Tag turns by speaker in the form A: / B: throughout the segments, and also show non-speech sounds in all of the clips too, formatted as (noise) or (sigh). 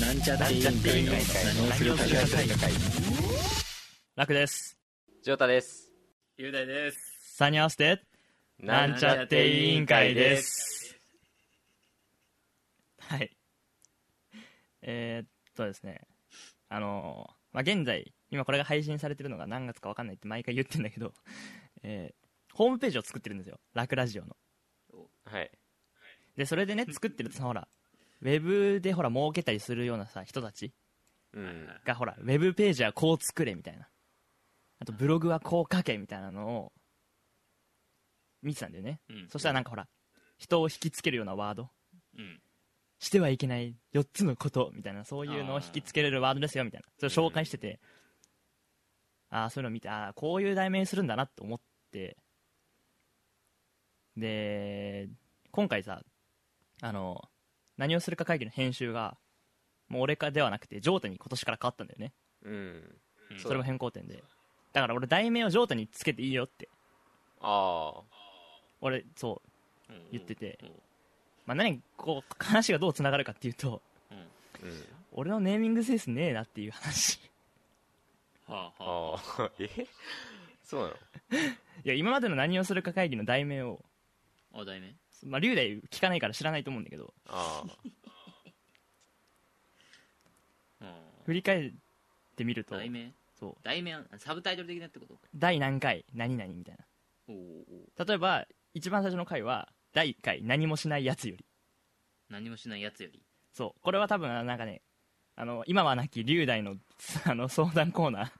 A: なんちゃって委員会の何をするか
B: 楽です。
C: ジョータです。
A: 雄大です
B: さに合わせて、なんちゃって委員会です。はい。えー、っとですね、あのーまあ、現在、今これが配信されてるのが何月か分かんないって毎回言ってんだけど、 (laughs) えーホームページを作ってるんですよ、楽ラジオの。
C: はい。
B: で、それでね、作ってるとさ、ほら、ウェブでほら、儲けたりするようなさ、人たち
C: うん。
B: がほら、ウェブページはこう作れみたいな。あと、ブログはこう書けみたいなのを、見てたんだよね。
A: うん
B: そしたらなんかほら、人を引きつけるようなワード。
A: うん
B: してはいけない4つのことみたいなそういうのを引きつけれるワードですよみたいなそれを紹介してて、ああそういうの見てああこういう題名にするんだなって思ってで今回さあの何をするか会議の編集がもう俺かではなくてジョータに今年から変わったんだよね
C: うん。
A: うん
B: それも変更点でだから俺題名をジョータにつけていいよって
C: あ
B: 俺そう
A: うん
B: 言ってて
A: うん
B: まあ、何こう話がどうつながるかっていうと
A: うん
C: あ。うん。
B: 俺のネーミングセンスねえなっていう話 (laughs)
A: はあはあ
C: ああ。 (laughs) えそうなの
B: いや今までの何をするか会議の題名を、
A: お題ね
B: まあ、龍大聞かないから知らないと思うんだけど
C: あ
A: うん
B: 振り返ってみると
A: 題名
B: そう
A: 題名サブタイトル的なってこと
B: 第何回何々みたい
A: おーおー
B: な例えば一番最初の回は第1回何もしないやつより
A: 何もしないやつより
B: そうこれは多分あのなんかねあの今はなき龍大の (laughs) あの相談コーナ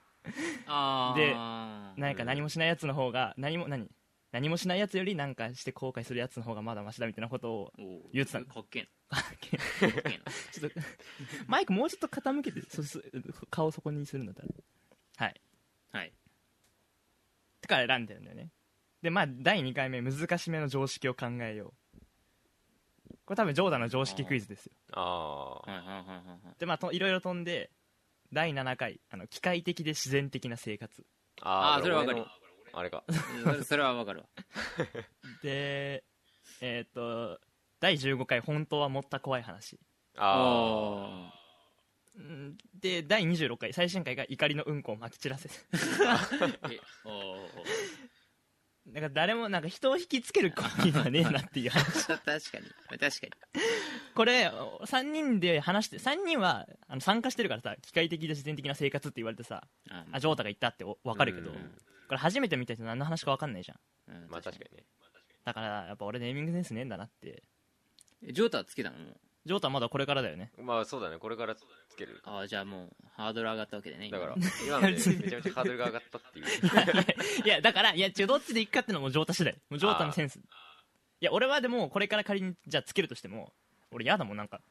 A: あ
B: で
A: あ
B: ーなんか何もしないやつの方が何も何何もしないやつより何かして後悔するやつの方がまだマシだみたいなことを
A: おー
B: 言ってたの
A: かっけえなかっけえな
B: ちょっとマイクもうちょっと傾けてそそ顔そこにするんだったらはい
A: はい
B: てから選んでるんだよねでまあ第2回目難しめの常識を考えようこれ多分ジョーダンの常識クイズですよ
C: あ。あ
A: はいはいはいはいはい
B: でまあといろいろ飛んで第7回あの機械的で自然的な生活
C: あ。あ
A: あーそれはわかる
C: 俺のあれか。
A: それそれはわかるわ
B: でえーっと第15回本当はもった怖い話
C: あ
B: うんで第26回最新回が怒りのうんこをまき散らせ
A: あえおーおーおー
B: なんか誰もなんか人を引きつけるコーナーねえな
C: (laughs)
B: っていう話
A: 確かに確かに
B: これ3人で話して3人はあの参加してるからさ機械的で自然的な生活って言われてさ
A: あ
B: あジョータが言ったってお分かるけど、
C: うん
B: これ初めて見た人何の話か分かんないじゃん
A: うん
C: あ。まあ確かにね。
B: だからやっぱ俺ネーミングセンスねえんだなって
A: にジョータはつけたのもう
B: ジョータはまだこれからだよ
C: (laughs)
B: ね
C: まあそうだね。これからつける。
A: ああじゃあもうハードル上がったわけでね今 (laughs)
C: だから、今のでめちゃめちゃハードルが上がったっていう。
B: いやだからいや違うどっちでいくかってのもジョータ次第もうジョータのセンスいや俺はでもこれから仮にじゃあつけるとしても俺嫌だもんなんか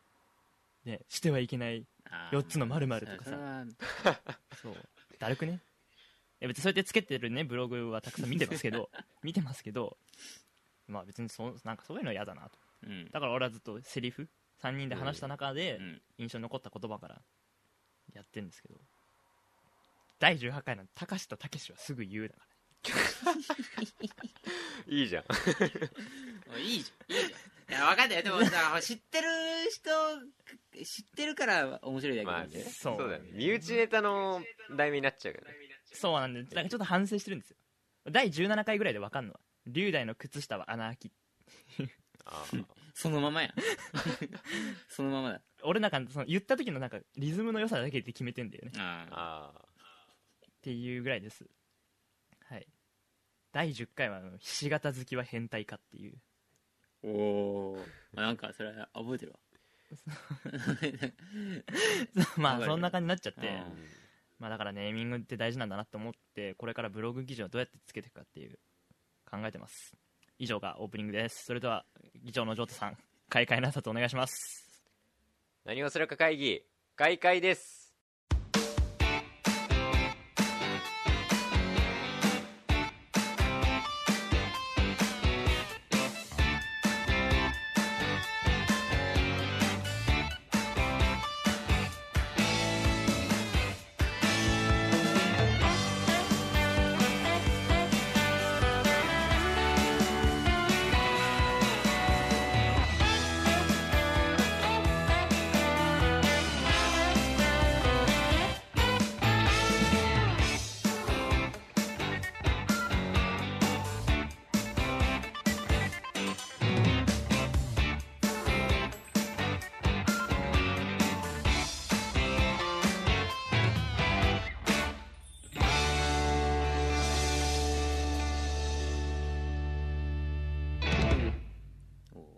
B: ねしてはいけない
A: あー
B: 四つの〇〇とかさ
A: それは
B: そうだるくねいや別にそうやってつけてるねブログはたくさん見てますけ (laughs) ど見てますけどまあ別にそなんかそういうのは嫌だなと
A: うん
B: だから俺はずっとセリフ3人で話した中で、
A: うん
B: 印象に残った言葉からやってるんですけど第18回の「高橋とたけしはすぐ言う」だか
C: いいじゃん。
A: おいいいじゃんいいじゃんいやわかんないよでもさ知ってる人知ってるから面白いだけ
C: まあ
A: なん
C: ね
A: で。
B: そう
C: そうだよね。身内ネタの題名になっちゃうからね。
B: らそうなんでだからちょっと反省してるんですよ第17回ぐらいで分かんのは「龍大の靴下は穴あき
C: あ
A: そのま (laughs) まやそのままだ」
B: 俺なんかその言った時のなんかリズムの良さだけで決めてんだよね
C: あ。
A: あ
C: ああ。
B: っていうぐらいですはい第10回はあの「ひし形好きは変態か」っていう (laughs)
A: おおーなんかそれは覚えて (laughs) るわ
B: ま
A: わ
B: あ
A: かる
B: そんな感じになっちゃっ
A: う
B: て
A: ん
B: まあだからネーミングって大事なんだなと思ってこれからブログ記事をどうやってつけていくかっていう考えてます以上がオープニングですそれでは議長のジョータさん開会の挨拶お願いします
C: 何をするか会議、開会です。
D: 「あなたのことを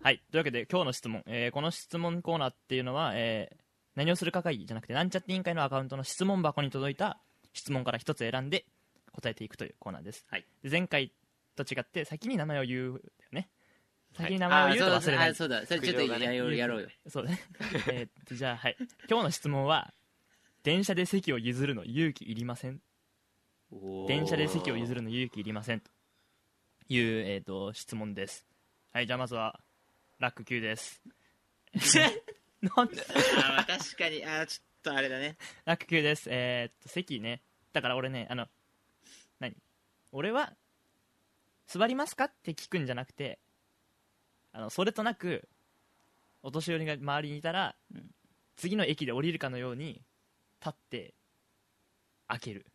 B: はい。というわけで、今日の質問。えーこの質問コーナーっていうのは、えー何をするか会議じゃなくて、なんちゃって委員会のアカウントの質問箱に届いた質問から一つ選んで答えていくというコーナーです。
A: はい
B: で前回と違って、先に名前を言うんだよね。
C: はい
B: 先に名
A: あ
B: 前を言うと
A: ー
B: 忘れない。
A: そうだあーそうだそれちょっと
C: 苦情がね
A: やろうやろうよ
B: そうだね。えーっと、じゃあ、はい。今日の質問は、電車で席を譲るの勇気いりません。電車で席を譲るの勇気いりません。という、えーっと、質問です。はい、じゃあまずは、ラック級です。なんで
A: あー確かにあーちょっとあれだね
B: ラック級です。えーっと、席ね。だから俺ね、あの、何俺は、座りますかって聞くんじゃなくて、あの、それとなく、お年寄りが周りにいたら、次の駅で降りるかのように、立って、開ける。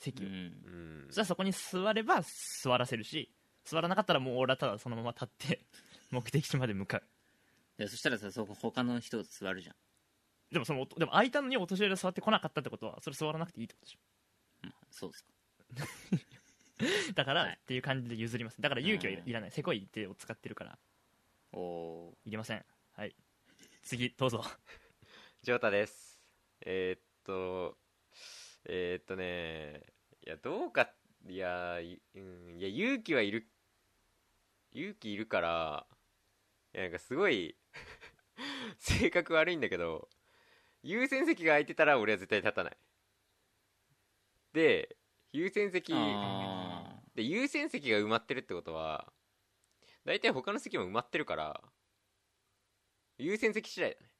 B: 席を。
C: うん
B: そしたらそこに座れば座らせるし、座らなかったらもう俺はただそのまま立って、 (laughs) 目的地まで向かう。
A: いやそしたらさそこ他の人座るじゃん
B: でもそのおと、でも空いたのにお年寄りが座ってこなかったってことは、それ座らなくていいってことでしょ
A: そうっすか
B: だから、
A: はい
B: っていう感じで譲りますだから勇気はいら
A: うん
B: いらないせこい手を使ってるから
A: おお
B: いりませんはい次どうぞ
C: ジョータですえーっとえーっとねいやどうかいや,い、うん、いや勇気はいる勇気いるからいやなんかすごい (laughs) 性格悪いんだけど優先席が空いてたら俺は絶対立たないで優先席
A: あ
C: で優先席が埋まってるってことは大体他の席も埋まってるから優先席次第だね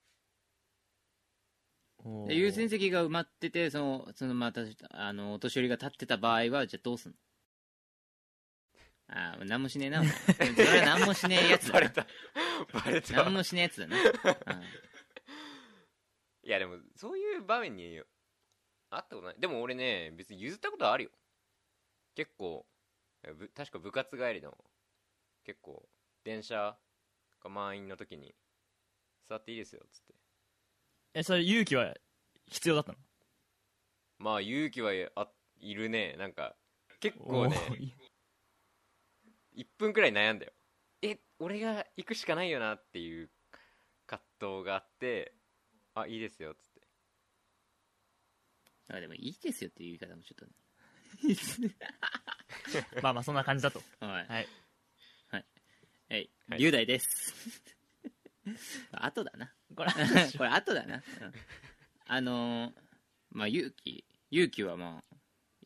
A: ーで優先席が埋まっててそのそのまたあのお年寄りが立ってた場合はじゃあどうすんのああ何もしねえなお前それは何もしねえやつ (laughs) だ
C: バレ
A: な
C: たバレた
A: 何もしねえやつだな、うん
C: いやでもそういう場面にあったことないでも俺ね別に譲ったことはあるよ結構いやぶ確か部活帰りの結構電車が満員の時に座っていいですよっつって
B: えそれ勇気は必要だったの
C: まあ勇気はあいるねなんか結構ね
B: おー (laughs) い
C: 1分くらい悩んだよえ俺が行くしかないよなっていう葛藤があってあいいですよっつって
A: あでもいいですよっていう言い方もちょっとねいいですね
B: まあまあそんな感じだと
A: はい
B: はい
A: はい
C: はい
A: 龍大です後だ (laughs) な
B: こ (laughs) れ
A: これ後だな、うんあのーまあ勇気勇気はまあ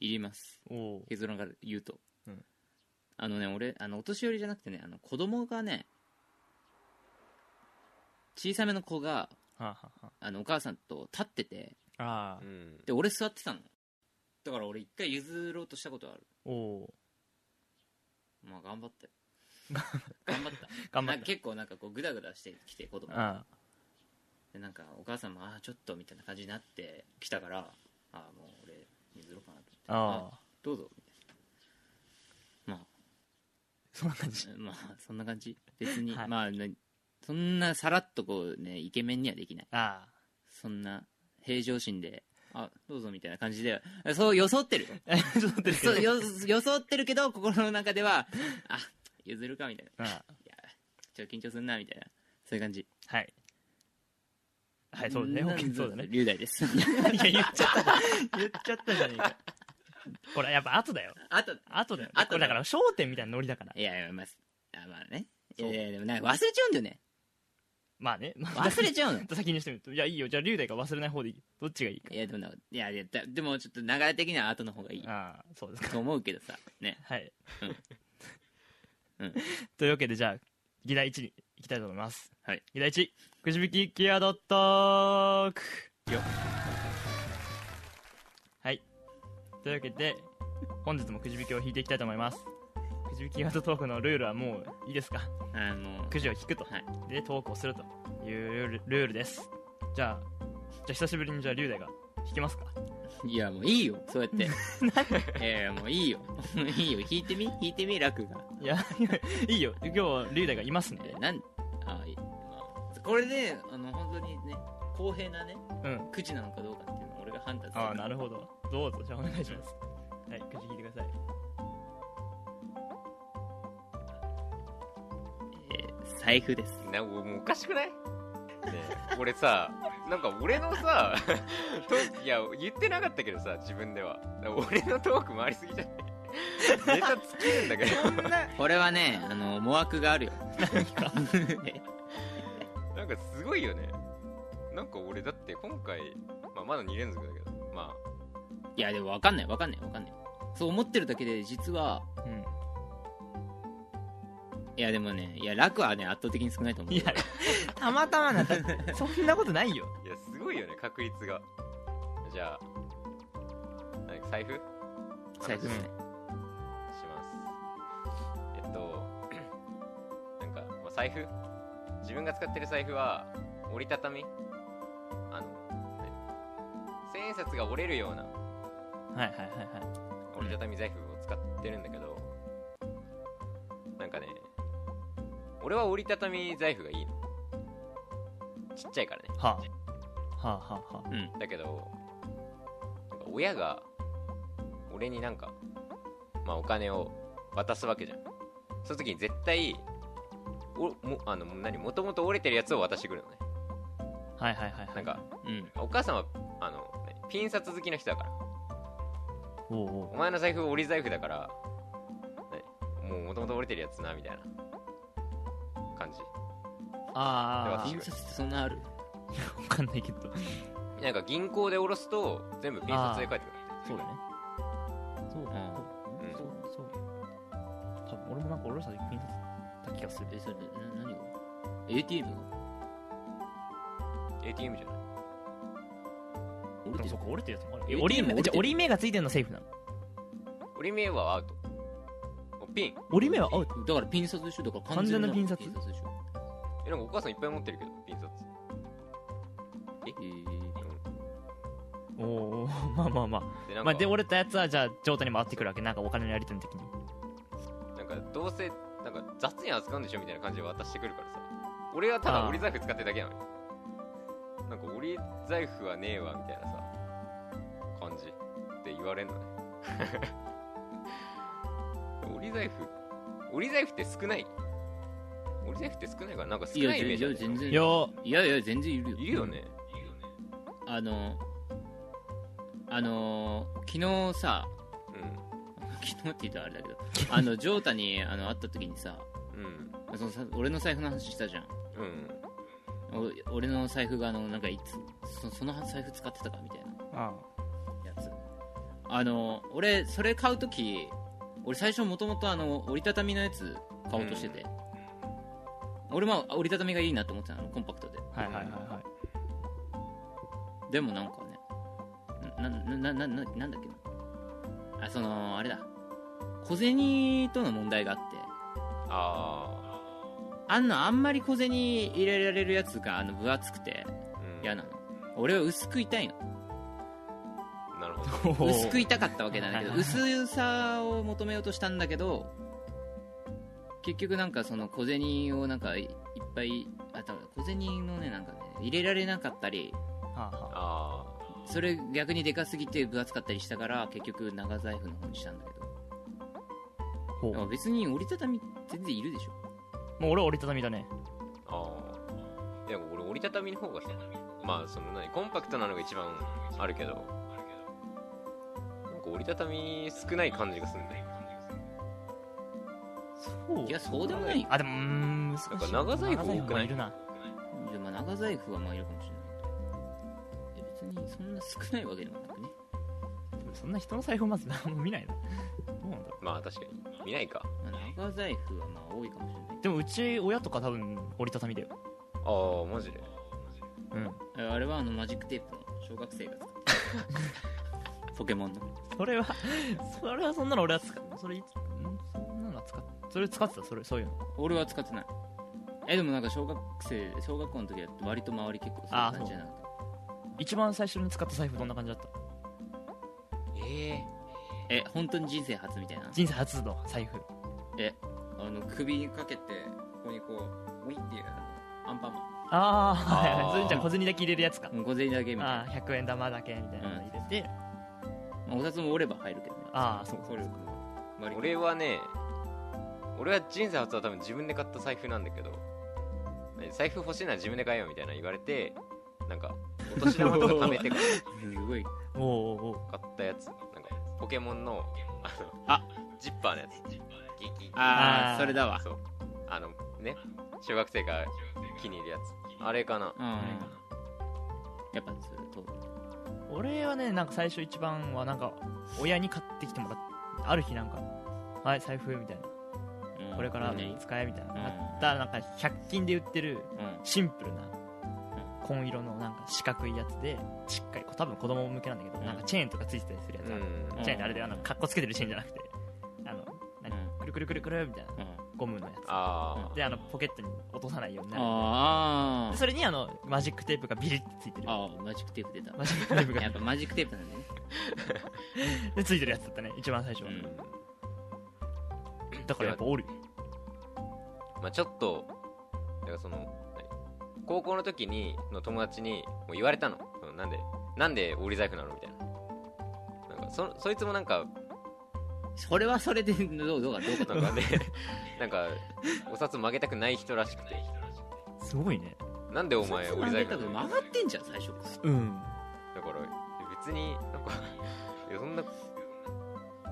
A: いります
B: おお
A: 結論から言うと、
B: うん
A: あのね俺あのお年寄りじゃなくてねあの子供がね小さめの子が
B: はあ、はあは
A: あのお母さんと立ってて
B: ああ
C: う
B: ー
C: ん
A: で俺座ってたのだから俺一回譲ろうとしたことある
B: おお
A: まあ頑張ったよ頑張った
B: ー頑張
A: な
B: っ
A: んか結構なんかこうグダグダしてきて子供
B: たあ
A: でなんかお母さんもああちょっとみたいな感じになってきたからああもう俺譲ろうかなと
B: あああ
A: どうぞみたいなまあ
B: そんな感じ
A: (laughs) まあそんな感じ別に、
B: はい
A: まあなそんなさらっとこうねイケメンにはできない
B: あ
A: そんな平常心であどうぞみたいな感じでそう装ってるよ
B: あちょっと待って (laughs) るけ
A: そ
B: ど
A: うよ装ってるけど心の中では (laughs) あ譲るかみたいな
B: あ
A: ちょっと緊張すんなみたいなそういう感じ
B: あはいはいそうだね
A: なん
B: OK (laughs) そうだね
A: 龍大です (laughs)
B: (laughs) いや言っちゃった言っちゃったじゃねえかこれやっぱ後だよ
A: あと
B: 後だよ
A: 後だよ
B: これだから焦点みたいなノリだから
A: いやいやまああまあねい
B: そう
A: やいやでもなんか忘れちゃうんだよね
B: まあねまあ
A: 忘れちゃうの
B: ちょっと先にしてみるとじゃあいいよじゃあ龍大が忘れない方でいいどっちがいいか
A: いやでもなんかいやいやだでもちょっと流れ的には後の方がいい
B: ああそうですか
A: と思うけどさね
B: はい、
A: うん
B: (laughs) というわけでじゃあ議題1に行きたいと思います、
A: はい、
B: 議題1くじ引きキアドットークよはいというわけで本日もくじ引きを引いていきたいと思いますくじ引きキアドトークのルールはもういいですか
A: あの
B: くじを引くと、
A: はい
B: でトークをするというルールルールですじゃあじゃあ久しぶりにじゃあ龍大が引きますか
A: いやもういいよそうやって (laughs) いやいやもういいよ (laughs) いいよ弾いてみ弾いてみ楽が
B: いや (laughs) いやいいよ今日龍大がいますんで
A: えなんあいいまあこれであの本当にね公平なね
B: うん
A: くじなのかどうかっていうのを俺が判断する
B: ああなるほどどうぞじゃあお願いしますはいくじ引いてください
A: えー
B: 財布です
C: なもうおかしくないねえ俺さなんか俺のさトークいや言ってなかったけどさ自分では俺のトーク回りすぎじゃないネタ尽きるんだけど
A: これはねあの思惑があるよ
C: なんかすごいよねなんか俺だって今回、まあ、まだ2連続だけどまあ
A: (laughs) いやでも分かんない分かんない分かんないそう思ってるだけで実は
B: うん
A: いやでもねいや楽はね圧倒的に少ないと思う
B: いや (laughs) たまたまなだってそんなことないよ
C: いやすごいよね確率がじゃあ何財布
A: 財布ですね
C: しますえっと (clears throat) なんか、まあ、財布自分が使ってる財布は折りたたみあの何千円札が折れるような
B: はいはいはいは
C: 折りたたみ財布を使ってるんだけど、なんかね俺は折りたたみ財布がいいのちっちゃいからね
B: いはあはあはあは
A: うん
C: だけどなんか親が俺になんか、まあ、お金を渡すわけじゃんその時に絶対おもあの何もともと折れてるやつを渡してくるのね
B: あはいはいはいはい
C: なんか
A: うん
C: お母さんはあの何ピン札好きな人だから
B: おうお
C: お前の財布折り財布だから何もうもともと折れてるやつなみたいな感じ
B: うあ
C: で
A: 印刷ってそんなある
B: あ分かんないけど
C: なんか銀行で下ろすと全部ピン札で返ってくる
B: そうだねそう
C: うん
B: そうそう多分俺もなんか俺らさでピンだった気がする
A: えそれな何が ATM が
C: ATM じゃない
A: 折れ
B: でも
A: て
B: そ
A: る
B: っか折れてるやつもある
A: え
B: え折り
A: 折れて
B: 目
A: る
B: じゃあ折り目がついてるのセーフなの
C: 折り目はアウトもうピン
B: 折り目は合う
A: だからピン札でしょだから完全な
B: 完全なピ
A: ピ
B: ン
A: ン札でしょ
C: えなんかお母さんいっぱい持ってるけどピン札
A: えー
B: おお (laughs) まあまあま
C: でな
B: あ
C: んか、
B: まあで折れたやつはじゃあ譲渡に回ってくるわけなんかお金のやり取りの時に
C: なんかどうせなんか雑に扱うんでしょみたいな感じで渡してくるからさ俺はただ折り財布使ってるだけなのよなんか折り財布はねえわみたいなさ感じって言われんのね (laughs) 折り財布折り財布って少ない折り財布って少ないからなんか少
A: いや
C: ないイメージあるでしょ
A: 全然
B: いやー
A: いやいや全然いるよ
C: いるよね
A: あのあの昨日さ (laughs) 昨日って言ったらあれだけ
B: (laughs)
A: どあのジョータにあの会った時にさ
C: うんうん
A: そのさ俺の財布の話したじゃん
C: うん
A: お俺の財布があのなんかいつそその財布使ってたかみたいな
B: あ
A: やつあの俺それ買う時俺最初もともとあの折りたたみのやつ買おうとしてて、俺も折りたたみがいいなと思ってたのコンパクトで
B: あはいはいはいは
A: でもなんかねななななななんだっけなあそのあれだ小銭との問題があって
C: あ
A: あんのあんまり小銭入れられるやつがあの分厚くて
C: あうん
A: 嫌なの俺は薄くいたいの
C: なるほど
B: いおー
A: 薄くいたかったわけなんだけど
B: はい
A: 薄さを求めようとしたんだけど結局なんかその小銭をなんかいいっぱいあ多分小銭のねなんかね入れられなかったり
B: はあはあ
C: あ
A: それ逆にでかすぎて分厚かったりしたから結局長財布の方にしたんだけど
B: ほう
A: でも
B: も
A: 別に折りたたみ全然いるでしょ
B: う俺は折りたたみだね
C: あああいや俺折りたたみの方がさまあその何コンパクトなのが一番あるけどなんか折りたたみ少ない感じがするんだよ
B: そう
A: いやそうでもないよ
B: あでもうーん難しい
C: なんか長財布多くない
B: 長もいるない
A: やまあ長財布はまあいるかもしれないいや別にそんな少ないわけでもなくね
B: でもそんな人の財布をまず何も見ないなどうなんだろ
C: まあ確かに見ないか
A: まあ長財布はまあ多いかもしれないう
B: でもうち親とか多分折りたたみだよ
C: ああマジで
B: うん
A: えあれはあのマジックテープの小学生が使ってた (laughs) ポケモンの
B: (laughs) それはそれはそんなの俺は使っそれいんそんなのは使っそれ使ってたそれそういうの
A: 俺は使ってないえでもなんか小学生小学校の時は割と周り結構そういう
B: あー
A: 感じじゃなかっ
B: 一番最初に使った財布どんな感じだった
C: ええ
A: たえ本当に人生初みたいな
B: 人生初の財布
A: あの首にかけてここにこうウィンっていうあのアンパン
B: ああはいはい
C: あー
B: (laughs) それじゃあ小銭だけ入れるやつか
A: マンうん小銭だけみたい
B: あ
A: な
B: あ100円玉だけみたいなの入れて、
A: まあお札も折れば入るけどね
B: あー
A: そうそれを割り込む
C: 俺はね俺は人生初は多分自分で買った財布なんだけどえ財布欲しいなら自分で買えよみたいな言われてなんかお年玉とか貯めて買
A: すごい
B: おおおうおう
C: った (laughs) やつなんかポケモンのあの
A: あ
C: ジッパーのやつギギギ
A: あ
B: あー
A: あそれだわ
C: そうあのね小学生が気に入るやつあれかな
A: うんやっぱそれと
B: 俺はねなんか最初一番はなんか親に買ってきてもらったある日なんか「はい財布」みたいな「これから
A: ね
B: 使え」みたいな
A: うん
B: 買ったなんか100均で売って
A: う
B: る
A: ん
B: シンプルな紺色のなんか四角いやつでしっかりこう多分子供向けなんだけど
A: うん
B: なんかチェーンとかついてたりするやつ
C: う
B: ある
C: ん
B: チェーンってあれであのかっこつけてるチェーンじゃなくてあの何
A: う
B: くるくるくるくるみたいな
A: うん
B: ゴムのや
C: あ
B: つであのポケットに落とさないようになる
A: あ
B: で
A: ー
B: それにあのマジックテープがビリッてついてる
A: あーマジックテープ出た
B: マジックテープ
A: (laughs) や
B: が
A: っぱマジックテープなんだね
B: でついてるやつだったね一番最初は
A: う
C: ー、
A: ん
B: だからやっぱおるよ
C: まあちょっとだからその何高校の時にの友達にもう言われたのそのなんでなんで折り財布なのみたいななんかそそいつもなんか
A: それはそれでどうどうかどうか
C: なん (laughs) かねなんかお札曲げたくない人らしくて
B: すごいね
C: なんでお
A: そ
C: 前
A: いつ
C: 折
A: 曲
C: り財
A: げた
C: 布な
A: 分
C: の
A: 曲がってんじゃん最初
B: うん
C: だから別になんか (laughs) いやそんな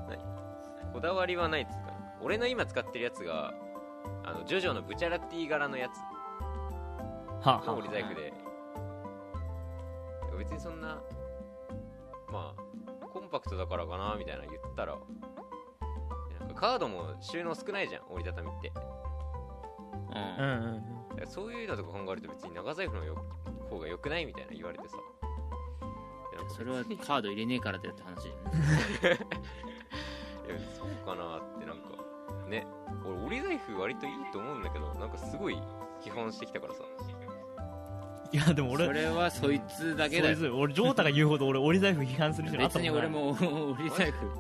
C: 何こだわりはないっつうか俺の今使ってるやつがあのジョジョのブチャラティ柄のやつ
B: はあ、
C: の折
B: は
C: り財布で別にそんなまあコンパクトだからかなみたいな言ったらなんかカードも収納少ないじゃん折りたたみってだか
A: う
B: あ、うんんうんうん
C: らそういうのとか考えると別に長財布のよ方が良くないみたいな言われてさいやなんか
A: それは
C: 別に
A: カード入れねえからだよって話だよね
C: いやそうかなってなんかね俺折り財布割といいと思うんだけどなんかすごい批判してきたからさ
B: いやでも俺
A: それはそいつだけだよ
B: そうです俺ジョータが言うほど俺折り財布批判する人に会った
A: 別
B: こと
A: に
B: ない
A: 俺も (laughs) 折り財布普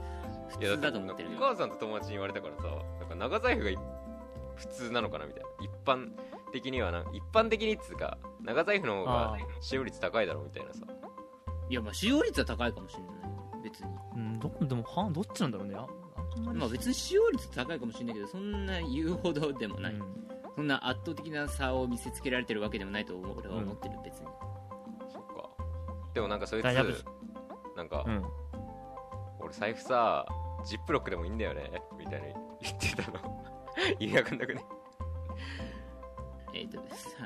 C: いや
A: 通だと思ってる
C: なん
A: よ
C: かお母さんと友達に言われたからさなんか長財布がい普通なのかなみたいな一般的にはな一般的にっつうか長財布の方
B: あ
C: が
B: ー
C: 使用率高いだろみたいなさ
A: いやまあ使用率は高いかもしれない別に
B: うんどでもはどっちなんだろうねああんまり
A: まあ別に使用率高いかもしれないけどそんな言うほどでもない、
B: うん
A: そんな圧倒的な差を見せつけられてるわけでもないと思う俺は思ってる別に、
C: そっかでもなんかそいつ
B: 大丈夫
C: なんか、
B: うん
C: 俺財布さジップロックでもいいんだよねみたいな言ってたの意味わかんなくね
A: えっ、とです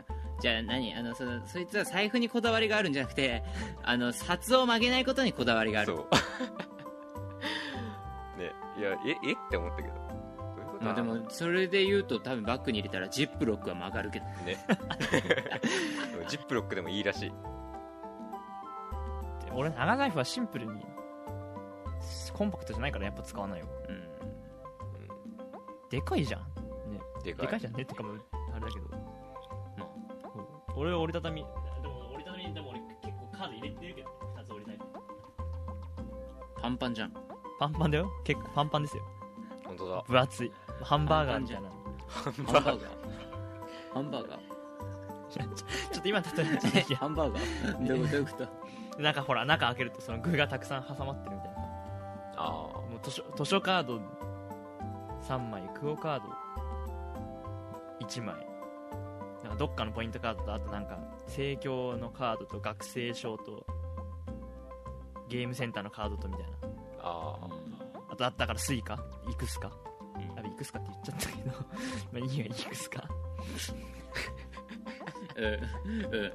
A: じゃあ何あのそのそいつは財布にこだわりがあるんじゃなくてあの札を曲げないことにこだわりがあ
C: そ
A: る
C: う (laughs) ねいやええって思ったけどどういうこと
A: まあ、で
C: ね
A: もそれで言うと多分バッグに入れたらジップロックは曲がるけど (laughs)
C: でもジップロックでもいいらしい
B: 俺長財布はシンプルにコンパクトじゃないからやっぱ使わないよ
A: うん
B: でかいじゃんね
C: でか
B: で
C: い
B: かいじゃんねってかもうあれだけど
A: ま
B: そう俺は折りたたみでも折りたたみでも俺結構カード入れてるけど2つ折りたい
A: あパンパンじゃん
B: パンパンだよ結構パンパンですよ
C: 本
A: (laughs)
C: 当だ
B: 分厚いハンバーガーみたいな
A: ハンバーガーハンバーガー
B: (laughs) ちょちょっと今例えばちょっといいや
A: ハンバーガーどういうことどういうこと
B: なんかほら中開けるとその具がたくさん挟まってるみたいな
C: (laughs) ああ
B: もう図書図書カード3枚クオ・カード1枚なんかどっかのポイントカードとあとなんか生協のカードと学生証とゲームセンターのカードとみたいな
C: ああ
B: あとあったからスイカイクスカ
A: うん
B: あれイクスカって言っちゃったけど (laughs) まあいいやイクスカ
A: うんうん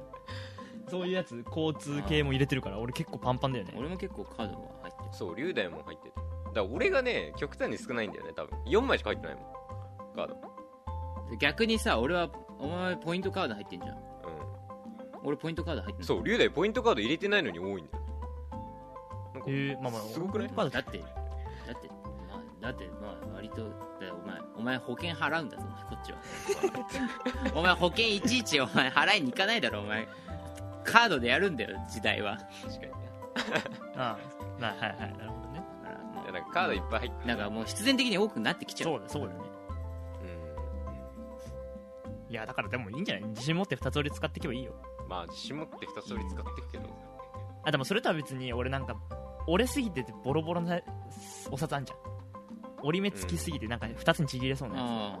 B: そういうやつ交通系も入れてるから俺結構パンパンだよね
A: 俺も結構カードが入ってる
C: そう龍大も入っててだから俺がね極端に少ないんだよね多分4枚しか入ってないもんカード
A: 逆にさ俺はお前ポイントカード入ってんじゃん
C: う
A: 俺ポイントカード入って
C: ん
A: ん
C: そう龍大ポイントカード入れてないのに多いんだよなんか
B: えーまあまあ
C: すごくない
B: ま
A: だってだってまあだってまあ割とだお前お前保険払うんだぞお前こっちはお前保険いちいちお前払いに行かないだろお前カードでやるんだよ時代は
C: 確かにね
B: ああまあはいはいなるほど
A: だ
B: ね
A: からま
C: い
A: あ
C: やなんかカードいっぱい入って
A: なんかもう必然的に多くなってきちゃう
B: そうだそうだね
C: うん
B: いやだからでもいいんじゃない自信持って2つ折り使っていけばいいよ
C: まあ自信持って2つ折り使ってくけど
B: あでもそれとは別に俺なんか折れすぎててボロボロなお札あんじゃん折り目つきすぎてなんか2つにちぎれそうなや
A: あ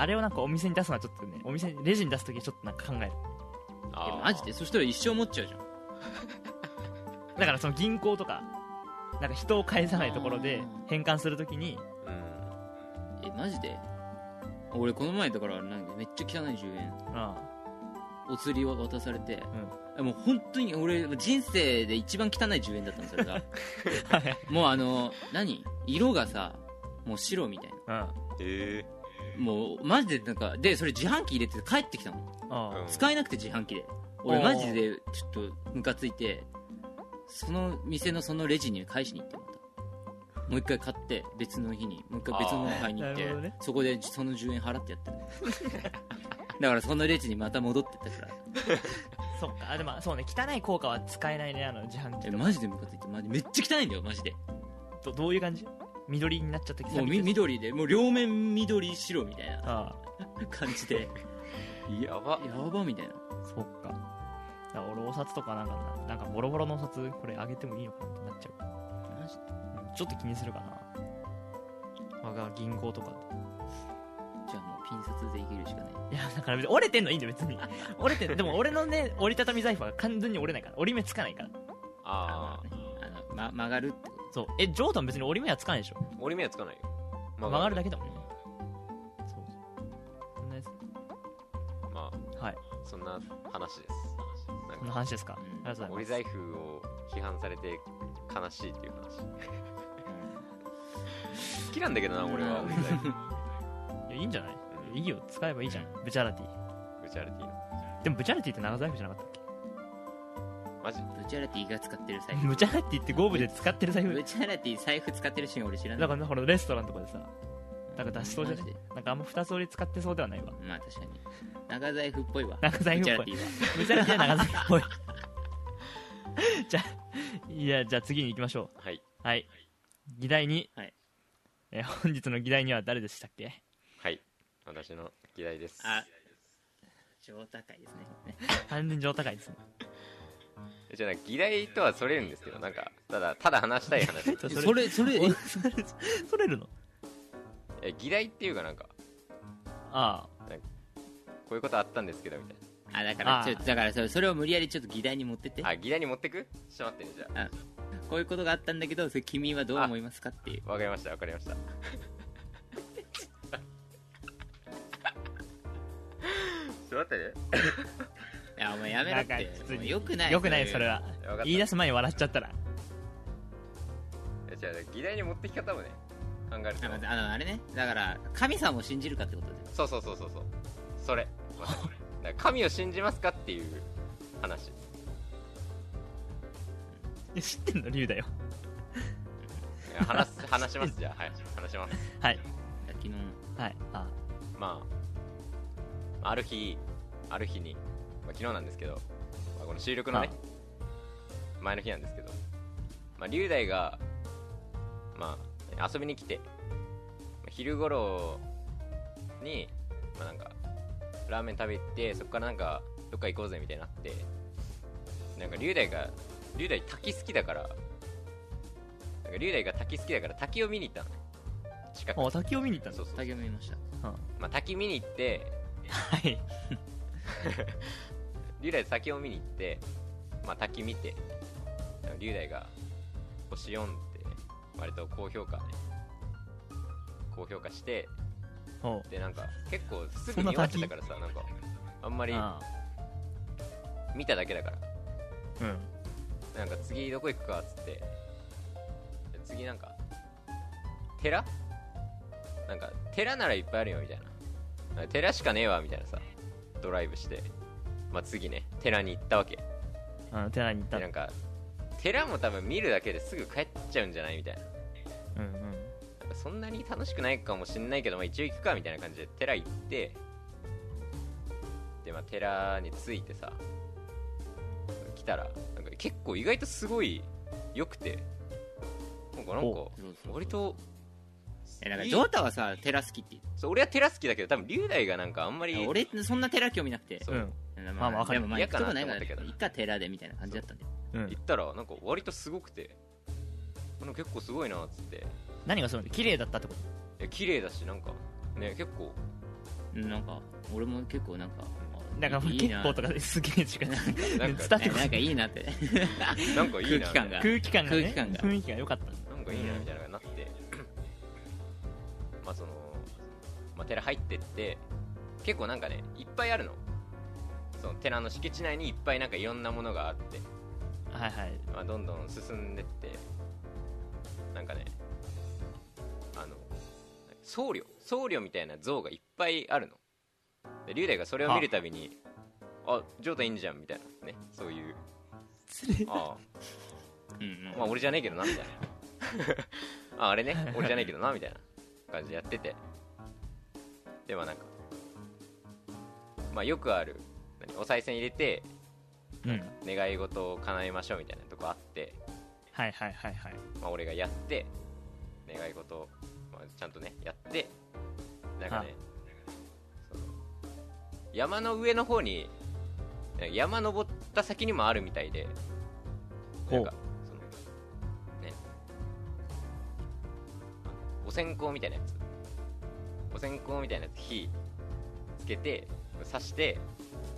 B: あれをなんかお店に出すのはちょっとね、お店に、レジに出すときちょっとなんか考える。
A: え
C: あー
A: マジでそしたら一生持っちゃうじゃん
B: だからその銀行とか、なんか人を返さないところで
A: あー
B: 変換するときに、
C: うん
A: えマジで俺この前だからなんかめっちゃ汚い10円 (laughs)
B: うん。
A: お釣りを渡されて、えもう本当に俺人生で一番汚い10円だったのそれ
B: (laughs)
A: がもうあの何色がさもう白みたいな
B: うん。
C: え
A: もうマジでなんかでそれ自販機入れて帰ってきたの
B: うん。
A: 使えなくて自販機で俺
B: おー
A: マジでちょっとムカついてその店のそのレジに返しに行ってまたもう一回買って別の日にもう一回別のもの買いに行っ
B: あーな
A: て、
B: るほどね
A: そこでその10円払ってやったの
B: (laughs)
A: だからそのレジにまた戻ってったから
B: そっか、あでもそうね、汚い効果は使えないね、あの自販機
A: え
B: とか
A: マジでムカついてマジめっちゃ汚いんだよマジで
B: どどういう感じ緑になっちゃった気
A: もうみ
B: み
A: 緑でもう両面緑白みたいな
B: あ
A: 感じで
C: ー、やば
A: (laughs) やばみたいな
B: あ、そっか。だから俺お札とかなんかな、なんかボロボロのお札、これあげてもいいのかなってなっちゃう。
A: マジで
B: うんちょっと気にするかな。我が銀行とか。
A: じゃあもうピン札でいけるしかない
B: いや、だから別に折れてんのいいんだよ、別に。折れてんの。でも俺のね、折りたたみ財布は完全に折れないから。折り目つかないから。
C: あ
A: あの、ね、あの、ま、曲がるってこ
B: そう。え、ジョーダン別に折り目はつかないでしょ。
C: ー折り目はつかないよ
B: 曲がるだ
C: け
B: けだもんね。そうそう。こんなやつ。
C: ま
B: はい。
C: あそんな話ですな
B: こ
C: ん
B: ん
C: か
B: な話ですか。あ
A: うん
B: りがとうござ
C: 折
B: い
C: り財布を批判されて悲しいっていう話好きなんだけどな俺
A: (laughs)
C: は折り財布
B: ます。いや、いいんじゃない
C: うん
B: いいよ、使えばいいじゃん。ブチャラティ。
C: ブチャルティの
B: でもブチャラティって長財布じゃなかったっけ
C: マジ
A: とブチャラティが使ってる財布
B: ブチャラティってゴーブで使って
A: (laughs)
B: る財布
A: ブ。チャラティ財布使ってるシーン俺知らな
B: (laughs) だ
A: い
B: からね、ほら、レストランとかでさ、なんか出しそうじゃ
A: マ
B: な
A: ジ
B: い
A: で
B: なんかあんま二つ折り使ってそうではないわ。
A: まあ確かに長財布っぽいわ
B: 長財布っぽい
A: ブチャラティは
B: (laughs) ブチャラティは長財布っぽい。じゃあ、いや、じゃあ次に行きましょう。
C: はい
B: はい。議題に、
A: はい
B: えー本日の議題には誰でしたっけ
C: はい私の嫌いです
A: あ上高いですね
B: 完全上高いですね。
C: じゃあなんか議題とはそれるんですけどなんかただただ話した
B: (laughs)
C: い話
B: そ
A: それそれえ
B: それ、それるの
C: え議題っていうかなんか
B: あ
C: こういうことあったんですけどみたい
A: あだから
B: あ
A: ちょだからそれそれを無理やりちょっと議題に持ってって
C: なあ議題に持ってくちょっと待ってねじゃ
A: こういうことがあったんだけどそれ君はどう思いますかっていう
C: あわかりましたわかり (laughs) ましたちょっと待ってね
A: いやお前やめろっ
B: なん
A: て
B: かちょっと
A: よくな
B: あ。
A: い
B: よくない、それ
A: は
B: は
C: 分かっ。た
B: 言い出す前に笑っちゃったら。
C: じゃあ議題に持ってき方もね考える
A: あ
C: と
A: のあのあれねだから神様を信じるかってことで
C: そうそうそうそうそうそれまさに (laughs) だから神を信じますかっていう話
B: え知ってんの龍だよ。
C: 話す話しますじゃあはい話します
B: はい。
A: 昨日の
B: はい。あ
C: まあある日ある日に、まあ、昨日なんですけど、まあこの収録のね前の日なんですけど、まあ、龍大が、まあ、遊びに来て、まあ昼頃に、まあ、なんかラーメン食べてそこからなんかどっか行こうぜみたいになってなんか龍大が龍大滝好きだからなんか龍大が滝好きだから滝を見に行ったのね近く
B: あ。あ、滝を見に行ったんだ
C: そう。そう
A: 竹を見ました
C: まあ、滝見に行って
B: はい。
C: 龍大と滝を見に行って、まあ、滝見て龍大が星4って割と高評価ね高評価して
B: おう
C: でなんか結構
B: そ
C: すぐ
B: んな
C: 見終わっ
B: 滝
C: てたからさなんかあんまり
B: あ
C: 見ただけだから
B: あ。うん。
C: なんか次どこ行くかっつってで次なんか寺なんか寺ならいっぱいあるよみたいななんか寺しかねえわみたいなさドライブしてまあ次ね寺に行ったわけ
B: あの、寺に行った
C: でなんか寺も多分見るだけですぐ帰っちゃうんじゃないみたいな
B: うんうん。
C: なんかそんなに楽しくないかもしんないけど、まあ、一応行くかみたいな感じで寺行ってでまあ寺に着いてさ来たらなんか結構意外とすごい良くてなんかなんか
B: お
A: そうそう
C: 割と
A: えなんか
C: いい
A: ジョータはさ寺好きって
C: そう俺は寺好きだけど多分龍大がなんかあんま
A: 言っ
C: り
A: て俺そんな寺興味なくて
C: そう
B: うん。
A: ま
B: まあまあわかる
A: でもまあ
C: 嫌
A: 行く
C: か
A: と
C: な
A: こ
C: っ
A: な
C: て
A: いから
C: 思ったけど
A: いっか寺でみたいな感じだったんで
B: うん
C: 行。ったらなんか割とすごくてなんか結構すごいなっつって
B: 何がそう綺麗だったってこと
C: え綺麗だしなんかね結構
A: うんなんか俺も結構なんかあ
B: なんか
A: いい
B: 結
A: な
B: 構とかですげえ時間
C: なん
B: 伝
C: か
B: わっ
A: え
B: てこな
A: なん
B: い
A: かいいなって (laughs)
C: なんかいい
A: 空
C: な
A: 気感が
B: (laughs) 空気感がね
A: 空気感が
B: 雰囲気が良かった
C: なんかいいなみたいなのがなって、まあその、まあ、寺入ってって結構なんかねいっぱいあるのその寺の敷地内にいっぱいなんかいろんなものがあって、
B: はいはい
C: まあ、どんどん進んでってなんかねあの僧侶僧侶みたいな像がいっぱいあるので龍大がそれを見るたびにあ状態いいんじゃんみたいなねそ
B: (laughs)
C: ういうああ
A: うん
C: まあ俺じゃねえけどな (laughs) みたいなああれね俺じゃねえけどなみたいな感じでやっててでもなんかまあよくある何お賽銭入れて
B: うん
C: 願い事を叶えましょうみたいなとこあって、
B: はいはいはいはい
C: まあ、俺がやって願い事を、まあ、ちゃんとねやってなんかねその山の上の方になんか山登った先にもあるみたいで
B: ほ
C: な
B: うん
C: かそのねお線香みたいなやつお線香みたいなやつ火つけて刺して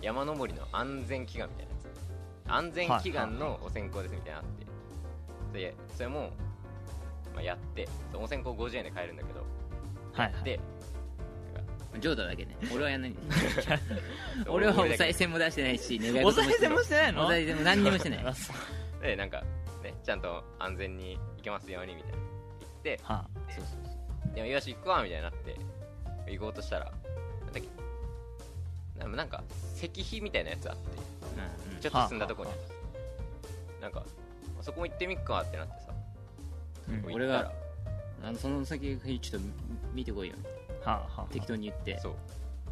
C: 山登りの安全祈願みたいなやつ安全祈願のお線香ですみたいなのあってそれそれも、まあ、やってそのお線香50円で買えるんだけど
B: はいはい
C: で
A: うんジョーダだけね俺はやん
C: (laughs)
A: ないんだよ
C: そう
A: 俺はお
C: だけ
A: 賽銭も出してないし願い
B: お
A: 事
B: さ
A: も
B: え
A: してな
B: て
A: い
B: もしてない
A: お
B: の
A: 賽銭も何にもしてない
B: あそう
C: でなんかねちゃんと安全に行けますようにみたいな言って
B: は
C: そうそうそうでもよし行くわみたいになって行こうとしたらなんだっけなんなんか石碑みたいなやつあって
A: うんうん
C: ちょっと進んだとこになんかそこも行ってみっかってなってさ
B: あうんは
C: こう行ったら
A: 俺はあのその先ちょっと見てこいよ
B: あは
A: 適当に言って
C: そう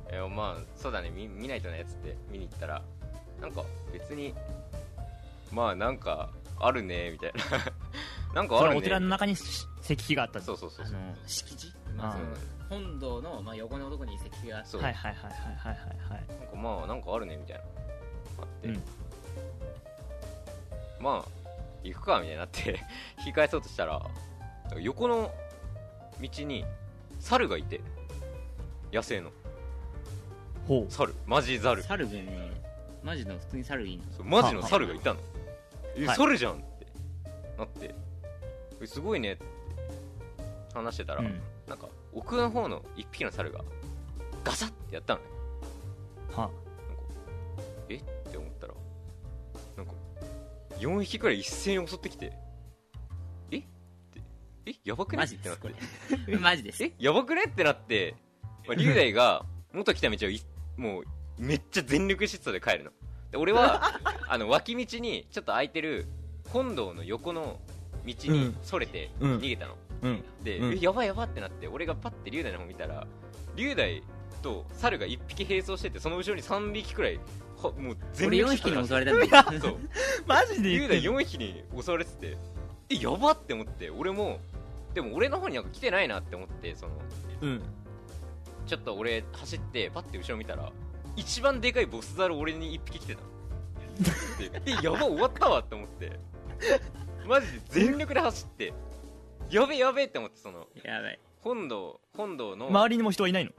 C: えーまあそうだね見見ないとねっつって見に行ったらなんか別にまあなんかあるねみたいな (laughs) なん
B: あ
C: か
B: そ
C: あ
B: れは
C: る
B: お寺の
C: ね
B: 中に石碑があった
C: そううそうそう
A: あ
C: そう
A: の敷地
B: あ
A: そ
B: ー
A: の本堂のまあ横のとこに遺跡があって
C: そう
B: はいはいはいはいはいはい
C: なんかまあなんかあるねみたいなあって、
B: うん
C: まあ行くかみたいになって (laughs) 引き返そうとしたら横の道に猿がいて野生の
B: ほう
C: 猿マジ猿
A: 猿がねマジの普通に猿いいの
C: そうマジの猿がいたのえ
B: はい
C: 猿じゃんってなってえすごいねって話してたら、
B: うん
C: なんか奥の方の一匹の猿がガサッてやったのね
B: は
C: なんかえって思ったらなんか4匹くらい一斉に襲ってきてえってえやばくね
A: マ
C: っ
A: ジ
C: て
A: で
C: な
A: す
C: っ
A: こ
C: て
A: れマジです
C: えやばくねってなって、
B: (laughs)
C: まあ、龍大が元来た道をいもうめっちゃ全力疾走で帰るので
B: (laughs)
C: 俺はあの脇道にちょっと空いてる本堂の横の道にそれて
B: うんうん
C: 逃げたの、
B: うん
C: で、
B: うん
C: えやばいやばってなって俺がパッて龍大の方見たら龍大と猿が1匹並走しててその後ろに3匹くらいはもう全
A: 俺
C: 力
A: 4
C: 疾走
A: 匹に
C: で走
A: 襲わ
C: って
A: れたんだ (laughs)
C: そう
B: マジで
C: 龍
B: 言って
C: 大
B: んの
C: 4匹に襲われててえやばって思って俺もでも俺の方になんか来てないなって思ってその
B: うん
C: ちょっと俺走ってパッて後ろ見たら一番でかいボスザル俺に1匹来てたのでえやば終わったわって思ってマジで全力で走ってやべやべって思ってその
A: やばい
C: 本堂本堂の
B: 周りにも人はいないの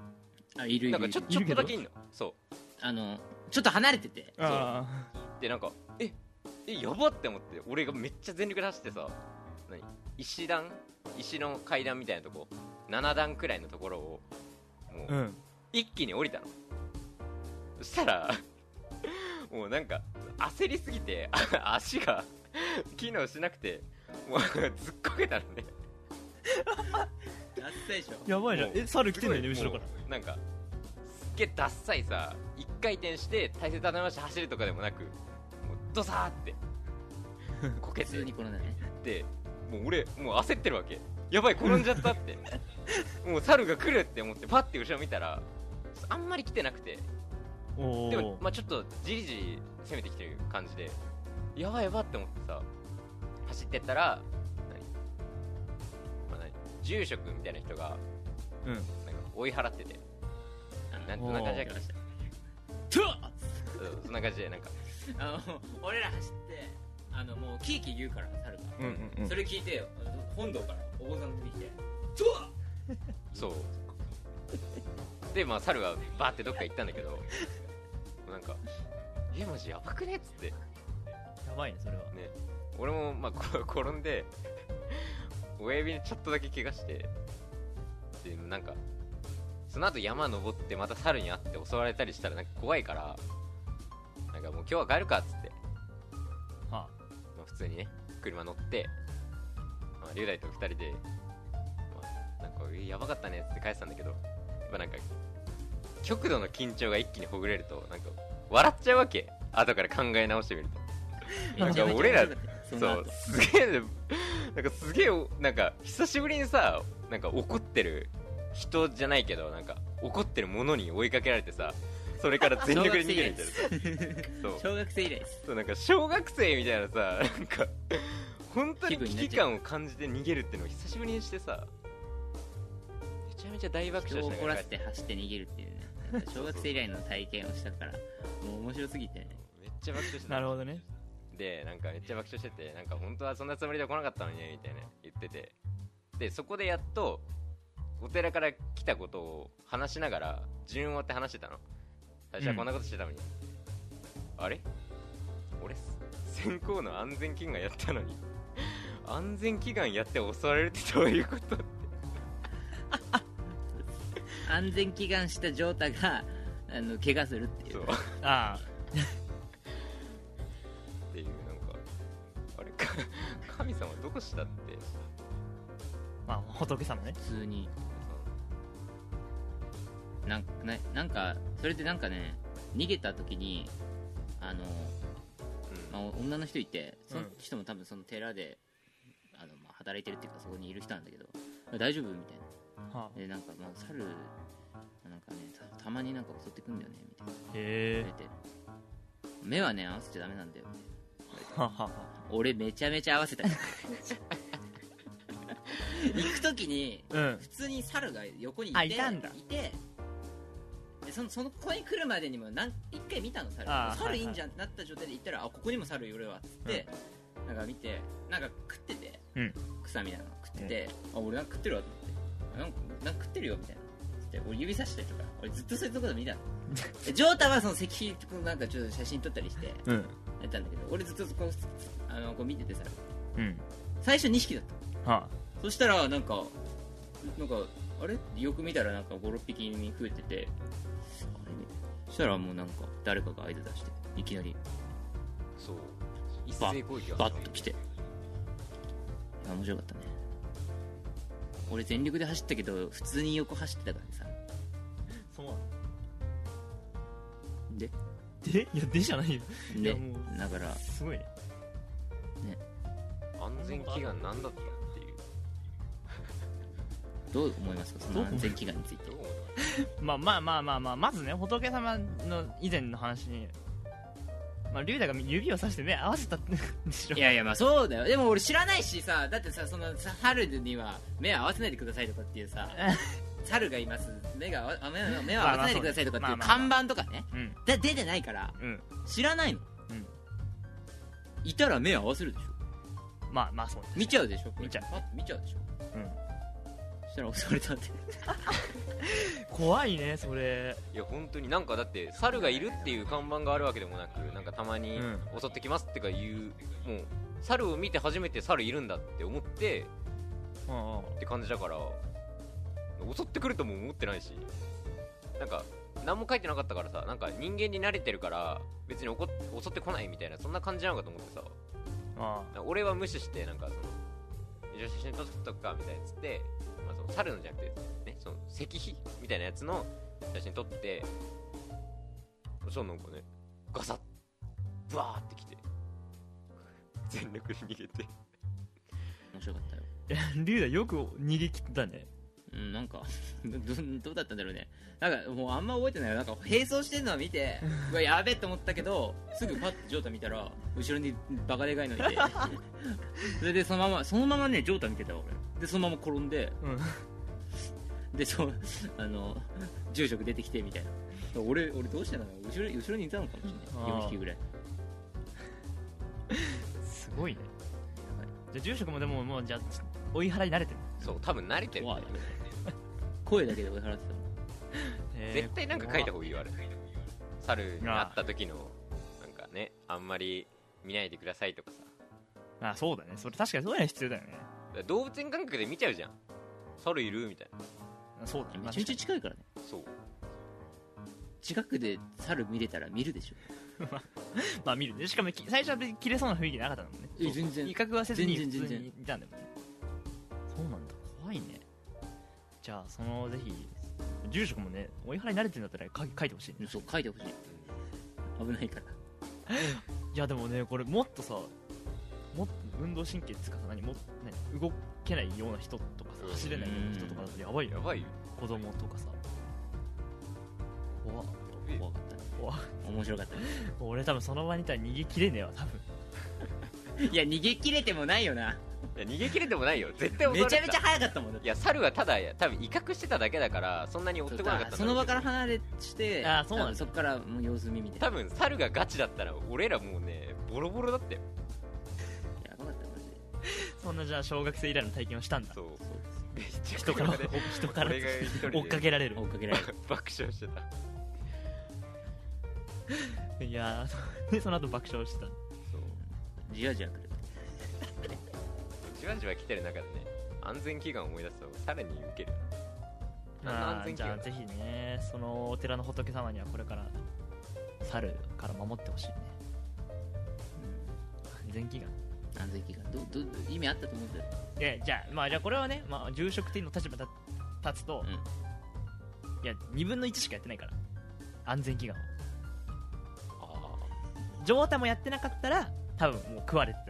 A: あいるい
C: な
A: る
C: んか
A: い
C: ち
A: る
C: ょちょっとだけいんのそ
A: あのちょっと離れてて
B: あ
C: うでなんかええやばって思って俺がめっちゃ全力で走ってさ何石段石の階段みたいなとこ7段くらいのところをも
B: あ
C: う
B: うん
C: 一気に降りたのそしたら (laughs) もうなんか焦りすぎてあ足が機能しなくてもうずっこけたのね
A: やったでしょ
B: やばいじゃん
C: もう
B: え猿来てんだよね後
C: す
B: ろ
C: ご
B: か
C: い
B: ら
C: もうなんかすっげえダッサいさ一回転して体勢立て直して走るとかでもなくもうドサ
B: (laughs)
C: ーってこけ
A: 普通
C: て
A: に転んだね
C: ってもう俺もう焦ってるわけやばい転んじゃったって
B: (laughs)
C: もう猿が来るって思ってパッて後ろ見たらあんまり来てなくて
B: お
C: でも
B: お、
C: まあ、ちょっとじりじり攻めてきてる感じでやばいやばって思ってさ走ってったら何、まあ、何住職みたいな人が
B: うん
C: なんか追い払ってて
A: あ
C: なん
A: の
C: どんな感じだっ
A: トゥッ
C: けうんそんな感じでなんか
A: あの俺ら走ってあのもうキーキー言うから猿が、
B: うんうんうん
A: それ聞いてあの本堂からお坊さん出てきて「トゥ
C: そうでまあ猿はバーってどっか行ったんだけどなんか「えマジやばくね?」っつって
B: やばいねそれは
C: ね俺もまあこ転んで親指にちょっとだけ怪我してでなんかその後山登ってまた猿に会って襲われたりしたらなんか怖いからなんかもう今日は帰るかっつって、
B: は
C: まあ、普通にね車乗って、まあ、龍大と2人で、まあ、なんかえやばかったねっつって帰ってたんだけどやっぱなんか極度の緊張が一気にほぐれるとなんか笑っちゃうわけ後から考え直してみるとなんか俺ら
A: その
C: そう
A: 後
C: すげえねなんかすげえおなんか久しぶりにさなんか怒ってる人じゃないけどなんか怒ってるものに追いかけられてさそれから全力で逃げるみたいなさそう
A: 小学生以来です
C: そうなんか小学生みたいなさなんか本当に
A: 気分
C: 危
A: になっ
C: 機
A: ちゃう
C: 感を感じて逃げるっていうのを久しぶりにしてさめちゃめちゃ大爆笑
A: 人を
C: しな
A: 怒
C: がら
A: ら
C: 帰
A: せ
C: って
A: 走って逃げるっていうねなんか小学生以来の体験をしたからもう面白すぎてね
C: めっちゃ爆笑してた
B: なるほどね
C: でなんかめっちゃ爆笑しててなんか本当はそんなつもりで来なかったのにねみたいな言っててでそこでやっとお寺から来たことを話しながら順を追って話してたの最初はこんなことしてたのに、あれ俺先行の安全祈願やったのに安全祈願やって襲われるってどういうことって
A: 安全祈願したジョータがあの怪我するってい
C: そう
A: う
B: あ
C: っていうなんかあれか神様どこしたって
B: あまあ仏様ね
A: 普通になんかななんかそれでなんかね逃げた時にあの、
C: うん
A: まあ、女の人いてその
B: うん
A: 人も多分その寺であの、まあ、働いてるっていうかそこにいる人なんだけど大丈夫みたいな
B: はあ
A: でなんかまあ猿なんかねたたまになんか襲ってくんだよねみたいな
B: へ
A: 言われて目はね合わせちゃダメなんだよみたいな
B: はあはあは
A: 俺めちゃめちゃ合わせたよ行く時に
B: あうん
A: 普通に猿が横にい
B: あ
A: て
B: いたんだ
A: てでそのそのここに来るまでにも何一回見たの猿
B: あー
A: 猿いいんじゃん、なった状態で行ったらあここにも猿いるわっつって、なんか見てなんか食ってて、
B: うん
A: 草みたいなの食ってて、あ俺なんか食ってるわと思ってなんかなんか食ってるよみたいなつって俺指さしたりとか俺ずっとそういうところ見た
B: (laughs)
A: のでジョータはその石碑のなんかちょっと写真撮ったりしてや
B: うん
A: ったんだけど俺ずっとそこあのこう見ててさ
B: うん
A: 最初2匹だった
B: は
A: そしたらなんかなんかあれよく見たらなんか56匹に増えててあれみたいなそしたらもうなんか誰かが合図出していきなり
C: そう一斉攻撃が
A: バッと来ていや面白かったね俺全力で走ったけど普通に横走ってたからさ
B: あそうな
A: で
B: のでいやでじゃないよいや
A: ね
B: もう
A: だから
B: すごいね
C: 安全祈願なんだったっていう
A: どう思いますかその安全祈願について
C: どう思います
B: まあまあまあまあまあまずね仏様の以前の話にまあ龍太が指をさして目合わせたって (laughs) でしょ
A: いやいやまあそうだよでも俺知らないしさだってさそのさ春には目合わせないでくださいとかっていう
B: (laughs)
A: さ猿がいます目が合わあ目は目は合わせないでくださいとかっていう
B: まあまあそ
A: 看
B: う
A: 板とかね
B: うん
A: だ出てないから
B: うん
A: 知らないの、
B: うん
A: いたら目合わせるでしょ
B: まあまあそう
A: 見ちゃうでしょ
B: 見ちゃう
A: パッと見ちゃうでしょ
B: うん
A: そしたら襲われたって
B: 怖いねそれ
C: いや本当になんかだって猿がいるっていう看板があるわけでもなくなんかたまに
B: うん
C: 襲ってきますってか言うもう猿を見て初めて猿いるんだって思って
B: うんうん
C: って感じだから襲ってくるとも思ってないしなんか何も書いてなかったからさなんか人間に慣れてるから別に怒っ襲ってこないみたいなそんな感じなのかと思ってさ
B: あ
C: なんか俺は無視してなんかその一応写真撮っとくかみたいなやつって、まあ、その猿のじゃなくて、ね、その石碑みたいなやつの写真撮ってそしたらなんかねガサッブワーってきて全力で逃げて
A: 面白かったよ
B: あいや龍太よく逃げ切ったね
A: うんなんか (laughs) どどうだったんだろうねなんかもうあんま覚えてないよなんか並走してるのを見
B: (laughs)
A: てうわやべえと思ったけどすぐパッとジョータ見たら後ろにバカでかいの
B: (laughs)
A: いてそれでそのままそのままねジョータ見てたわ俺でそのまま転んで
B: うん
A: でそうあの住職出てきてみたいな俺俺どうしてなの後ろ後ろにいたのかもしれない
B: あー
A: 4匹ぐらい
B: すごいねじゃあ住職もでももうじゃあ追い払い慣れてる
C: そう多分慣れてるんだ
A: 怖
C: よ
A: い声だけで追い払ってたの
B: えー
C: 絶対なんか書いた方がいいよあれ猿になった時のなんかねあんまり見ないでくださいとかさ
B: あそうだねそれ確かにそういうの必要だよね
C: だから動物園感覚で見ちゃうじゃん猿いるみたいな
B: そうだね
A: めちゃめちゃ近いからね
C: そう
A: 近くで猿見れたら見るでしょ
B: まあ見るねしかもき最初は別に切れそうな雰囲気なかったのもんね
A: え全然
B: 威嚇はせずに普
A: 全然
B: 通
A: 全
B: にいたんだもんねそうなんだ怖いねじゃあそのぜひ住職もね追い払い慣れてんだったら書書いてほしいね
A: そう書いてほしい危ないから
B: いやでもねこれもっとさもっと運動神経つかさ何も何動けないような人とかさ
C: うん
B: 走れないような人とかだとやばい
C: や
B: よ
C: ばいよ
B: 子供とかさ怖っ
A: 怖かったね
B: 怖っ
A: 面白かったね
B: 俺多分その場にいたら逃げ切れねえわ多分
A: いや逃げ切れてもないよない
C: や逃げ切れてもないよ絶対襲
A: め
C: われ
A: ち
C: て
A: ゃ
C: た
A: めちゃ早かったもんだっ
C: い
A: て
C: や猿はただ多分威嚇してただけだからそんなに追ってこなかったんだろうけど
A: その場から離れして
B: あそうなんだ
A: 多分そこからもう様子見みたいな
C: 多分猿がガチだったら俺らもうねボロボロだったよ
A: やばかったよマジで
B: そんなじゃあ小学生以来の体験をしたんだ
C: そう
A: そうです
C: めっちゃ
B: 人から
C: 車で
B: 人から
C: 俺が一人で
B: 追っかけられる
A: 追っかけられる
C: 爆笑してた
B: いや (laughs) ーでその後爆笑してた
C: そう
A: じわじわ来る
C: じわじわ来てる中でね安全祈願を思い出すとさらに受ける
B: まあ
C: 安全
B: じ
C: 祈
B: ゃあ
C: 願
B: ぜひねそのお寺の仏様にはこれから猿から守ってほしいね安全祈願
A: 安全祈願どどど意味あったと思うんだよ
B: でじゃあまあじゃあこれはね、まあ、住職っていうの立場だ立つと、
A: うん
B: いや2分の1しかやってないから安全祈願を
C: あ
B: 上太もやってなかったら多分もう食われて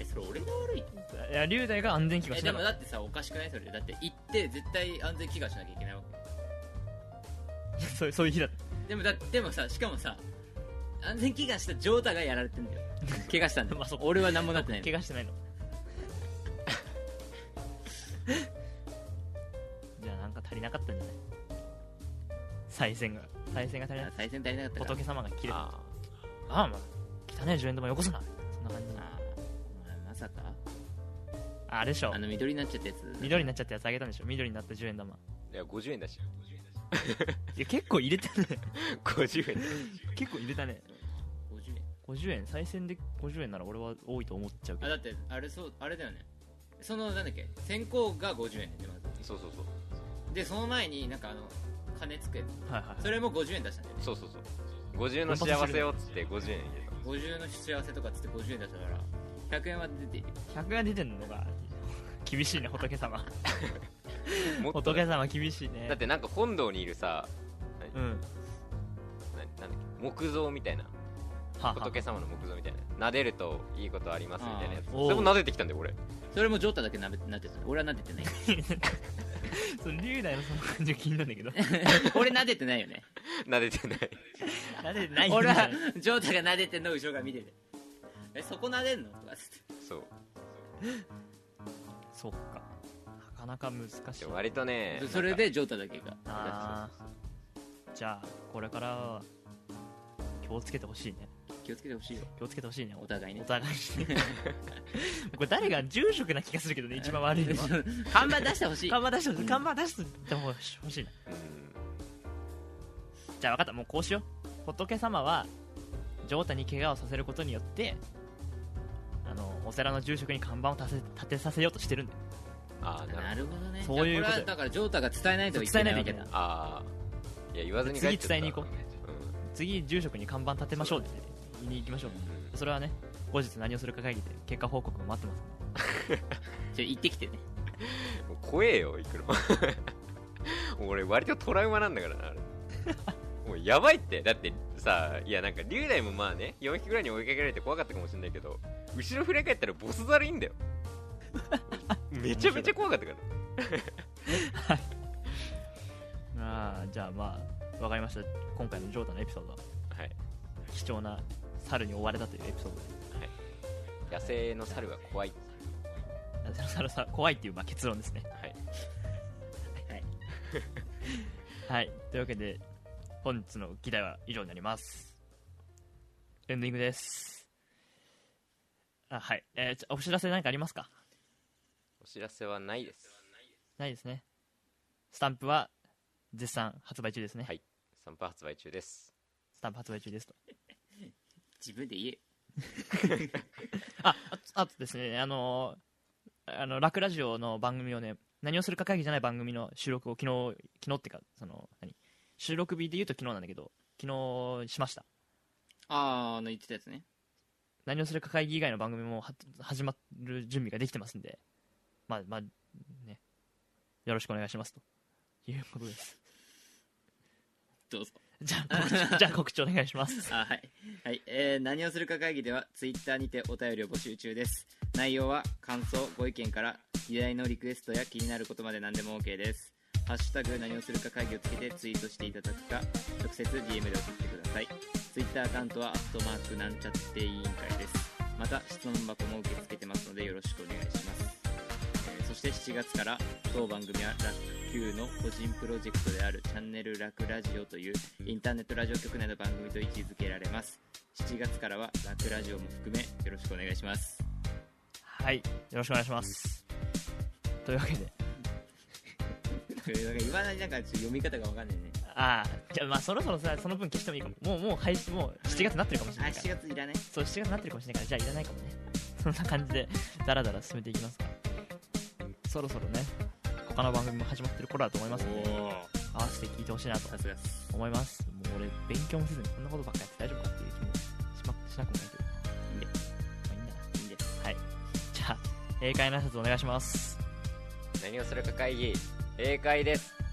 A: えそれ俺が悪い
B: たいや龍大が安全祈願
A: え
B: し
A: で
B: なか
A: も
B: っ
A: だってさおかしくないそれだって行って絶対安全祈願しなきゃいけないわけ
B: た (laughs) そうそういう日だっ
A: でもだでもさしかもさ安全祈願したジョータがやられてんだよ怪我したんだよ、
B: (laughs) まあそう
A: 俺は何もなってな
B: た
A: い
B: 怪我してないの (laughs) じゃあなんか足りなかったんじゃない再銭が再銭が足りな
A: あ
B: い
A: 最先足りなかったから
B: 仏様が切れたあ
C: あ
B: あまあ汚い10円玉よこすなそんな感じ
A: あーお前まさか
B: ああれでしょ
A: あの緑になっちゃったやつ
B: 緑になっちゃったやつあげたんでしょ緑になった10円玉
C: いや50円だし
B: いや結構入れたね
C: 50円だし
B: 結構入れたね
A: 50円
B: 50円再銭で50円なら俺は多いと思っちゃうけ
A: あ
B: ど
A: だってあれそうあれだよねそのなんだっけ先行が50円でまず
C: そうそうそう
A: でその前になんかあの金つくや
B: はいはい
A: つそれも50円出したんだよね
C: そうそうそう50の幸せをっつって50円入れた
A: 50の幸せとかっつって50円出したから100円は出ている
B: 100が出てんのが厳しいね仏様
C: もっとだ
B: 仏様厳しいね
C: だってなんか本堂にいるさ
B: うん
C: ななんだっけ木像みたいな
B: はあはあ
C: 仏様の木像みたいな撫でるといいことありますみたいなやつ
B: あー
C: それも撫でてきたんだよ俺 (laughs)
A: それもジョータだけなめなってた俺はなで
B: (laughs)
A: てない
B: その龍大のその感情気になるん
A: (laughs)
B: だけど
A: 俺なでてないよね
C: 撫でてない
B: なぜないんだ
A: 俺はジョータが撫でてんのを後ろから見ててえそこ撫でんのとかっつって
C: そう
B: そっかなかなか難しい
C: でも割とね
A: それでジョータだけが
B: あーじゃあこれからは気をつけてほしいね
A: 気をつけてほしいよ
B: 気をつけてほしいね
A: お互いね
B: お互いに (laughs) これ誰が住職な気がするけど (laughs) ね一番悪いのは
A: (laughs) 看板出してほしい
B: 看板出してほし
A: う
B: い
A: ん
B: 看板出してほしいな
C: なんかうん
B: じゃあ分かったもうこうしよう仏様は城太に怪我をさせることによってあのお寺の住職に看板を立て立てさせようとしてるんだよ
C: ああなるほど
A: なるほどね
B: そういうこ
A: やこ
B: と
A: れはだからジョータが伝えないといけないわけだ
B: 伝
C: ああいや言わずに帰っちゃった
B: 次伝えに行こ次住職に看板立てましょうって言いに行きましょう
C: うんうん
B: それはね後日何をするか会議で結果報告も待ってます
A: ちょ行ってきてね
C: もう怖えよ行くの (laughs) 俺割とトラウマなんだからなあ
B: (laughs)
C: れもうやばいってだってさいやなんか龍大もまあね4匹ぐらいに追いかけられて怖かったかもしれないけど後ろ振り返ったらボスザルいん
B: (laughs)
C: だよめちゃめちゃ怖かったから
B: ああじゃあまあわかりました今回の城太のエピソードは
C: はい
B: 貴重な猿に追われたというエピソード
C: 野生の猿は怖い
B: で猿さん怖いっていうまあ結論ですね
C: はい
B: はいというわけで本日の議題は以上になりますエンディングですあはい、えーちょお知らせ何かありますか
C: お知らせはないです
B: ないですねスタンプは絶賛発売中ですね、
C: はいスタンプ発売中です
B: スタンプ発売中ですと
A: 自分で言え
B: ああとあとですねあのーあのラクラジオの番組をね何をするか会議じゃない番組の収録を昨日昨日ってかその何収録日で言うと昨日なんだけど昨日しました
A: あーあの言ってたやつね
B: 何をするか会議以外の番組もは始まる準備ができてますんでまあまあねよろしくお願いしますということです (laughs)
A: どうぞ
B: じゃあ告知じゃあ告知お願いします
A: あはい、はいえー何をするか会議ではツイッターにてお便りを募集中です内容は感想ご意見から議題のリクエストや気になることまで何でも OK です「ハッシュタグ何をするか会議」をつけてツイートしていただくか直接 DM で送ってくださいツイッターアカウントは「アットマークなんちゃって委員会」ですまた質問箱も受け付けてますのでよろしくお願いしますえーそして7月から当番組はラッキューの個人プロジェクトであるチャンネルラクラジオというインターネットラジオ局内の番組と位置づけられます7月からはラクラジオも含めよろしくお願いし (laughs) ます
B: はいよろしくお願いしますというわけで
A: なんか言わないなんかちょっと読み方がわかんないね
B: ああじゃあまあそろそろさその分消してもいいかももうもう配信もう7月になってるかもし
A: あ
B: れないから
A: 7月いらない
B: そう7月になってるかもしれないからじゃあいらないかもね (laughs) そんな感じでダラダラ進めていきますかそろそろね他の番組も始まってる頃だと思いますので
A: おー
B: 合わせて聞いてほしいなと
A: さすがっす
B: 思いますもう俺勉強もせずにこんなことばっかやって大丈夫かっていう気もし,、ま、しなくもないけど
A: いいんで
B: まあいいんだな
A: い
B: い
A: んで
B: はいじゃあ英会の挨拶お願いします
C: 何をするか会議英会です